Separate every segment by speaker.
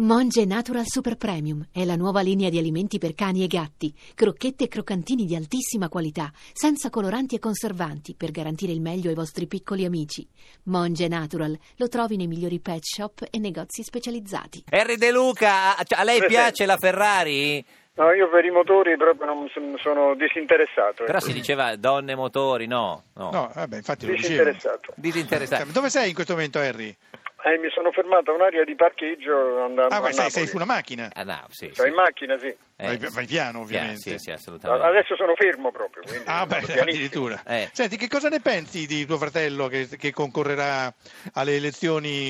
Speaker 1: Monge Natural Super Premium è la nuova linea di alimenti per cani e gatti, crocchette e croccantini di altissima qualità, senza coloranti e conservanti, per garantire il meglio ai vostri piccoli amici. Monge Natural lo trovi nei migliori pet shop e negozi specializzati.
Speaker 2: Henry De Luca, a- a lei
Speaker 3: Presente.
Speaker 2: piace la Ferrari?
Speaker 3: No, io per i motori proprio non son- sono disinteressato.
Speaker 2: Però
Speaker 3: ecco.
Speaker 2: si diceva donne motori, no? no.
Speaker 4: No, vabbè, infatti lo dicevo. Cioè,
Speaker 3: Disinteressato.
Speaker 2: Disinteressante.
Speaker 4: Dove sei in questo momento, Harry?
Speaker 3: Eh, mi sono fermato a un'area di parcheggio andando
Speaker 4: Ah,
Speaker 3: a
Speaker 4: guarda, sei, sei
Speaker 3: Napoli.
Speaker 4: su una macchina.
Speaker 2: Ah, no, sì,
Speaker 3: Sono
Speaker 2: sì. Eh,
Speaker 3: in macchina, sì.
Speaker 4: Vai, vai piano, ovviamente.
Speaker 2: Sì, sì, assolutamente.
Speaker 3: Adesso sono fermo proprio. quindi
Speaker 4: Ah, beh,
Speaker 3: sono pianissimo.
Speaker 4: addirittura.
Speaker 2: Eh.
Speaker 4: Senti, che cosa ne pensi di tuo fratello che, che concorrerà alle elezioni?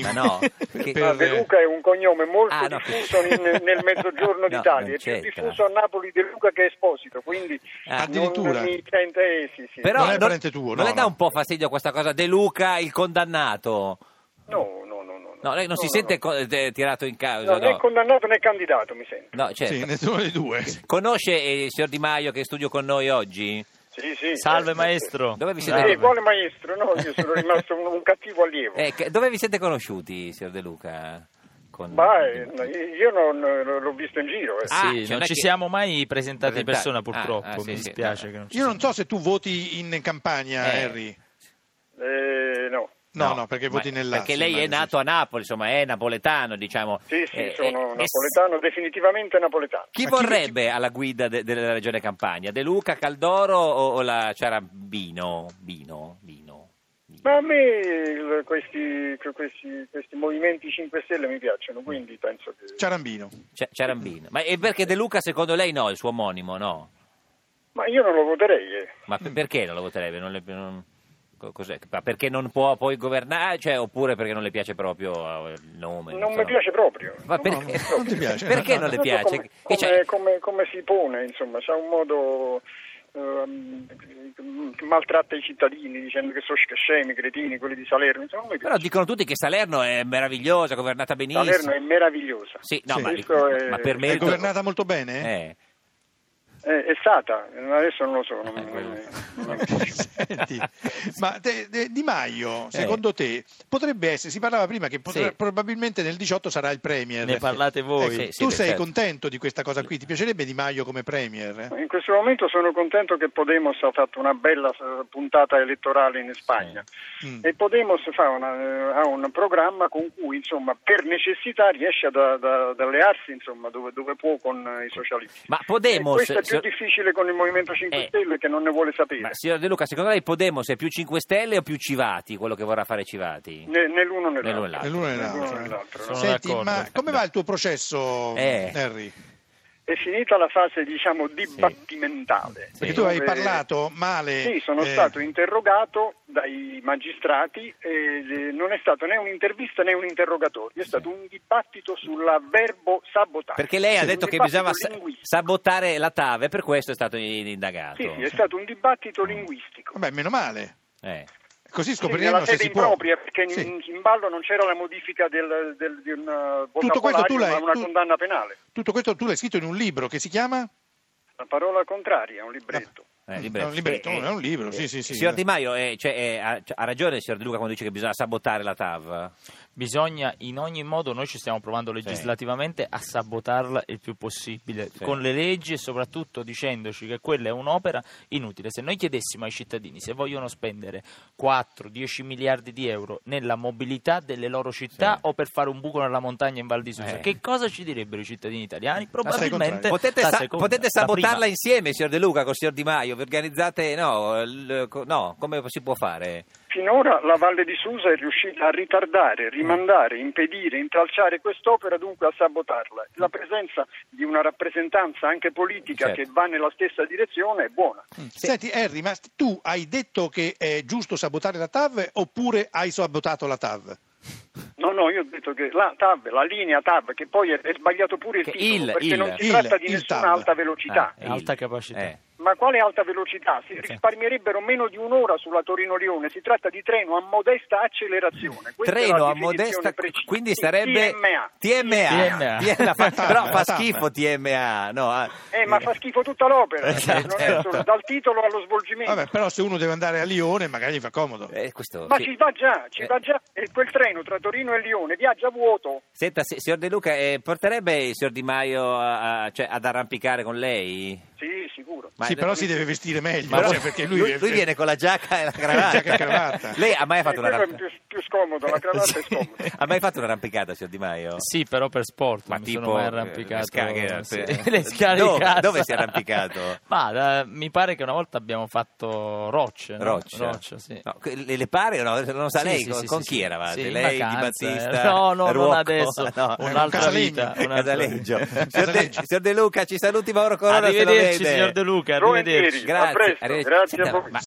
Speaker 2: Ma no,
Speaker 4: per-
Speaker 2: che-
Speaker 3: Ah, De Luca è un cognome molto
Speaker 2: Ah, no.
Speaker 3: diffuso in- nel
Speaker 2: No,
Speaker 3: mezzogiorno d'Italia,
Speaker 2: non
Speaker 3: è più
Speaker 2: c'entra.
Speaker 3: diffuso a Napoli De Luca che Esposito, quindi
Speaker 2: Ah.
Speaker 3: non-
Speaker 4: Addirittura.
Speaker 3: non mi sente, eh, sì, sì.
Speaker 2: Però
Speaker 4: Non è parente tuo,
Speaker 2: non
Speaker 4: no,
Speaker 2: le dà
Speaker 4: no.
Speaker 2: un po' fastidio questa cosa De Luca, il condannato?
Speaker 3: No, no, no, no. no.
Speaker 2: No, lei non si
Speaker 3: No,
Speaker 2: sente
Speaker 3: no.
Speaker 2: co- eh, tirato in
Speaker 3: No,
Speaker 2: causa, no?
Speaker 3: né condannato né candidato, mi sento.
Speaker 2: No, certo.
Speaker 4: Sì, nessuno dei due.
Speaker 2: Conosce eh, il signor Di Maio che è in studio con noi oggi?
Speaker 3: Sì, sì,
Speaker 5: Salve
Speaker 3: eh,
Speaker 5: maestro.
Speaker 2: Dove vi
Speaker 3: Sì,
Speaker 2: siete,
Speaker 3: sì, quale Ah, maestro? No, io sono rimasto un, un cattivo allievo.
Speaker 2: Eh, che- dove vi siete conosciuti, signor De Luca? Con-
Speaker 3: Ma eh, no, io non non- l'ho visto in giro. eh.
Speaker 2: Ah,
Speaker 5: Sì,
Speaker 2: cioè,
Speaker 5: non
Speaker 2: è
Speaker 5: ci
Speaker 2: che-
Speaker 5: siamo mai presentati in persona
Speaker 2: Presentati.
Speaker 5: purtroppo,
Speaker 2: Ah, ah, sì,
Speaker 5: mi
Speaker 2: sì,
Speaker 5: dispiace
Speaker 2: no.
Speaker 5: che non ci
Speaker 4: Io non so se tu voti in Campania,
Speaker 2: Eh.
Speaker 4: Harry.
Speaker 2: Ah.
Speaker 3: Eh, no.
Speaker 4: No, no, perché
Speaker 2: ma-
Speaker 4: voti nel Lazio.
Speaker 2: Perché lei è
Speaker 4: immagino.
Speaker 2: nato a Napoli, insomma, è napoletano, diciamo.
Speaker 3: Sì, sì,
Speaker 2: Eh,
Speaker 3: sono
Speaker 2: eh,
Speaker 3: napoletano, definitivamente napoletano.
Speaker 2: Chi
Speaker 4: Ma chi-
Speaker 2: vorrebbe alla guida de- della regione Campania? De Luca, Caldoro o, o la Ciarambino? Bino, Bino. Bino.
Speaker 3: Ma a me il- questi, questi- questi movimenti 5 Stelle mi piacciono, quindi penso che...
Speaker 4: Ciarambino.
Speaker 2: Ci- Ciarambino. Ma è perché De Luca, secondo lei, no, il suo omonimo, no?
Speaker 3: Ma io non lo voterei. eh.
Speaker 2: Ma
Speaker 4: Mm.
Speaker 2: per- perché non lo voterebbe? Non le- non- co- cos'è? Ma perché non può poi governare? Cioè, oppure perché non le piace proprio eh, il nome?
Speaker 3: Non
Speaker 2: so.
Speaker 3: mi piace proprio.
Speaker 2: Ma
Speaker 3: No,
Speaker 2: perché,
Speaker 3: no,
Speaker 4: non ti piace?
Speaker 2: perché non
Speaker 3: no,
Speaker 2: le
Speaker 3: no,
Speaker 2: piace?
Speaker 3: Come,
Speaker 2: Che c'è-
Speaker 3: come- come- come si pone, insomma, c'ha un modo... ehm, che maltratta i cittadini dicendo che sono scemi, cretini, quelli di Salerno. Insomma, non mi
Speaker 2: Però
Speaker 3: piace.
Speaker 2: dicono tutti che Salerno è meravigliosa, governata benissimo.
Speaker 3: Salerno è meravigliosa.
Speaker 2: Sì, no,
Speaker 4: Sì.
Speaker 2: Ma,
Speaker 3: Questo è-
Speaker 2: ma per merito...
Speaker 4: È governata molto bene?
Speaker 2: Eh.
Speaker 3: Eh, è stata, adesso non lo so. non-
Speaker 2: Eh, quello-
Speaker 3: non-
Speaker 4: Senti, ma te- te- Di Maio, secondo te, potrebbe essere, si parlava prima che potre-
Speaker 2: Eh. Sì.
Speaker 4: probabilmente nel 18 sarà il Premier.
Speaker 5: Ne parlate voi.
Speaker 2: Eh, sì.
Speaker 4: tu
Speaker 2: beh,
Speaker 4: sei
Speaker 2: certo.
Speaker 4: contento di questa cosa qui? Ti piacerebbe Di Maio come Premier? eh?
Speaker 3: In questo momento sono contento che Podemos ha fatto una bella eh, puntata elettorale in Spagna
Speaker 4: Mm.
Speaker 3: e Podemos fa una, eh, ha un programma con cui insomma, per necessità riesce ad, ad- ad allearsi insomma, dove, dove può con eh, i socialisti.
Speaker 2: Ma Podemos-
Speaker 3: E questo è più
Speaker 2: signor-
Speaker 3: difficile con il Movimento 5
Speaker 2: Eh.
Speaker 3: Stelle che non ne vuole sapere.
Speaker 2: Ma signor De Luca, secondo lei Podemos è più 5 Stelle o più Civati, quello che vorrà fare Civati?
Speaker 3: Né, né l'uno né
Speaker 2: Né l'uno né
Speaker 3: l'altro.
Speaker 2: l'altro.
Speaker 4: Nell'uno e
Speaker 3: Né l'uno né
Speaker 4: nell'altro.
Speaker 3: l'altro, no?
Speaker 5: Sono
Speaker 4: Senti,
Speaker 5: d'accordo.
Speaker 4: ma come va il tuo processo,
Speaker 2: Eh.
Speaker 4: Harry?
Speaker 3: È finita la fase diciamo dibattimentale.
Speaker 4: Perché tu hai
Speaker 3: Dove-
Speaker 4: parlato male.
Speaker 3: Sì, sono
Speaker 4: eh,
Speaker 3: stato interrogato dai magistrati, e eh, non è stato né un'intervista né un interrogatorio, è stato un dibattito sulla verbo sabotare.
Speaker 2: Perché lei ha
Speaker 3: Un
Speaker 2: detto che
Speaker 3: dibattito
Speaker 2: bisognava sa-
Speaker 3: linguistico.
Speaker 2: sabotare la TAV e per questo è stato in- indagato.
Speaker 3: Sì, sì, è stato Mm. un dibattito linguistico.
Speaker 4: Vabbè, meno male.
Speaker 2: Eh.
Speaker 4: Così
Speaker 3: Sì,
Speaker 4: scopriremo
Speaker 3: nella
Speaker 4: se
Speaker 3: sede
Speaker 4: si può.
Speaker 3: impropria, perché in-
Speaker 4: Sì.
Speaker 3: in, ballo non c'era la modifica del, del- di un eh,
Speaker 4: Tutto questo tu
Speaker 3: vocabolario, ma
Speaker 4: l'hai-
Speaker 3: una
Speaker 4: tu-
Speaker 3: condanna penale.
Speaker 4: Tutto questo tu l'hai scritto in un libro che si chiama?
Speaker 2: Mm,
Speaker 3: La parola contraria, è un libretto.
Speaker 2: Eh,
Speaker 4: È un libretto,
Speaker 2: Eh, eh,
Speaker 4: è un libro, sì, sì, sì.
Speaker 2: Signor Di Maio, eh, cioè, eh, ha, cioè, ha ragione il signor De Luca quando dice che bisogna sabotare la TAV.
Speaker 5: Bisogna in ogni modo, noi ci stiamo provando legislativamente a sabotarla il più possibile,
Speaker 2: Sì.
Speaker 5: con le leggi e soprattutto dicendoci che quella è un'opera inutile. Se noi chiedessimo ai cittadini se vogliono spendere 4-10 miliardi di euro nella mobilità delle loro città
Speaker 2: Sì.
Speaker 5: o per fare un buco nella montagna in Val di Susa,
Speaker 2: Eh.
Speaker 5: che cosa ci direbbero i cittadini italiani?
Speaker 4: contraria.
Speaker 5: Probabilmente
Speaker 2: Potete,
Speaker 5: la
Speaker 2: sa-
Speaker 5: seconda,
Speaker 2: potete
Speaker 5: la prima.
Speaker 2: sabotarla insieme, signor De Luca, con signor Di Maio. Vi organizzate, no, l- co- no, come si può fare?
Speaker 3: Finora la Valle di Susa è riuscita a ritardare, rimandare, impedire, intralciare quest'opera, dunque a sabotarla. La presenza di una rappresentanza anche politica
Speaker 2: Certo. Mm.
Speaker 3: che va nella stessa direzione è buona.
Speaker 4: Senti, Harry, ma tu hai detto che è giusto sabotare la TAV oppure hai sabotato la TAV?
Speaker 3: No, no, io ho detto che la TAV, la linea TAV, che poi è, è sbagliato pure il
Speaker 2: Che
Speaker 3: titolo,
Speaker 2: il-
Speaker 3: perché
Speaker 2: il-
Speaker 3: non si
Speaker 4: il-
Speaker 3: tratta di
Speaker 4: il
Speaker 3: nessuna
Speaker 4: TAV.
Speaker 3: alta velocità.
Speaker 2: Ah, Eh, il-
Speaker 5: Alta capacità.
Speaker 2: eh.
Speaker 3: Ma quale alta velocità? Si
Speaker 5: Sì.
Speaker 3: risparmierebbero meno di un'ora sulla Torino-Lione. Si tratta di treno a modesta accelerazione. Questa è la
Speaker 2: Treno a
Speaker 3: definizione
Speaker 2: modesta,
Speaker 3: precisa.
Speaker 2: quindi
Speaker 3: Sì,
Speaker 2: sarebbe
Speaker 3: TMA.
Speaker 2: TMA.
Speaker 5: TMA.
Speaker 2: fa- però fa
Speaker 4: TMA.
Speaker 2: schifo TMA. No, ah.
Speaker 3: Eh, ma fa schifo tutta l'opera,
Speaker 2: Esatto.
Speaker 3: non è solo- dal titolo allo svolgimento.
Speaker 4: Vabbè, però se uno deve andare a Lione magari gli fa comodo.
Speaker 2: Eh, questo-
Speaker 3: Ma
Speaker 2: sì.
Speaker 3: ci va già, ci
Speaker 2: Eh.
Speaker 3: va già. E quel treno tra Torino e Lione viaggia a vuoto.
Speaker 2: Senta, si- signor De Luca, eh, porterebbe il signor Di Maio a- a- cioè, ad arrampicare con lei?
Speaker 3: Sì, sicuro.
Speaker 2: Ma-
Speaker 4: sì, però si deve vestire meglio,
Speaker 2: Ma
Speaker 4: cioè,
Speaker 2: voi-
Speaker 4: perché lui,
Speaker 2: lui viene con la giacca e la cravatta.
Speaker 4: Giacca e cravatta.
Speaker 2: Lei ha mai
Speaker 3: Eh,
Speaker 2: fatto una
Speaker 3: quello è più,
Speaker 2: ramp-
Speaker 3: più scomodo, la cravatta è
Speaker 2: Sì.
Speaker 3: scomoda.
Speaker 2: Ha mai fatto un'arrampicata, signor Di Maio?
Speaker 5: Sì, però per sport,
Speaker 2: Ma
Speaker 5: non
Speaker 2: tipo,
Speaker 5: mi sono mai
Speaker 2: eh,
Speaker 5: arrampicato.
Speaker 2: le scale-
Speaker 5: Sì,
Speaker 2: eh,
Speaker 5: le scale di
Speaker 2: dove-
Speaker 5: casa.
Speaker 2: dove si è arrampicato?
Speaker 5: Ma da- mi pare che una volta abbiamo fatto rocce. no?
Speaker 2: Roccia.
Speaker 5: sì.
Speaker 2: No, que- le, le pare o no? Non sa
Speaker 5: Sì,
Speaker 2: lei
Speaker 5: sì,
Speaker 2: con,
Speaker 5: sì,
Speaker 2: con
Speaker 5: sì,
Speaker 2: chi
Speaker 5: sì.
Speaker 2: eravate?
Speaker 5: Sì, in
Speaker 2: lei
Speaker 5: vacanza,
Speaker 2: di
Speaker 5: eh.
Speaker 2: Battista?
Speaker 5: No, no, non
Speaker 2: Ruocco?
Speaker 5: adesso.
Speaker 2: No.
Speaker 5: Un'altra
Speaker 4: Casaleggio.
Speaker 5: vita. un'altra
Speaker 2: Casaleggio.
Speaker 5: vita.
Speaker 2: Signor De,
Speaker 4: Casaleggio.
Speaker 2: signor De Luca, ci saluti Mauro Corona. se lo
Speaker 5: Arrivederci,
Speaker 2: vede.
Speaker 5: signor De Luca.
Speaker 3: Volentieri.
Speaker 5: Arrivederci.
Speaker 2: Grazie.
Speaker 3: A presto,
Speaker 2: arrivederci.
Speaker 3: grazie a
Speaker 2: Senta,
Speaker 3: voi.
Speaker 2: ma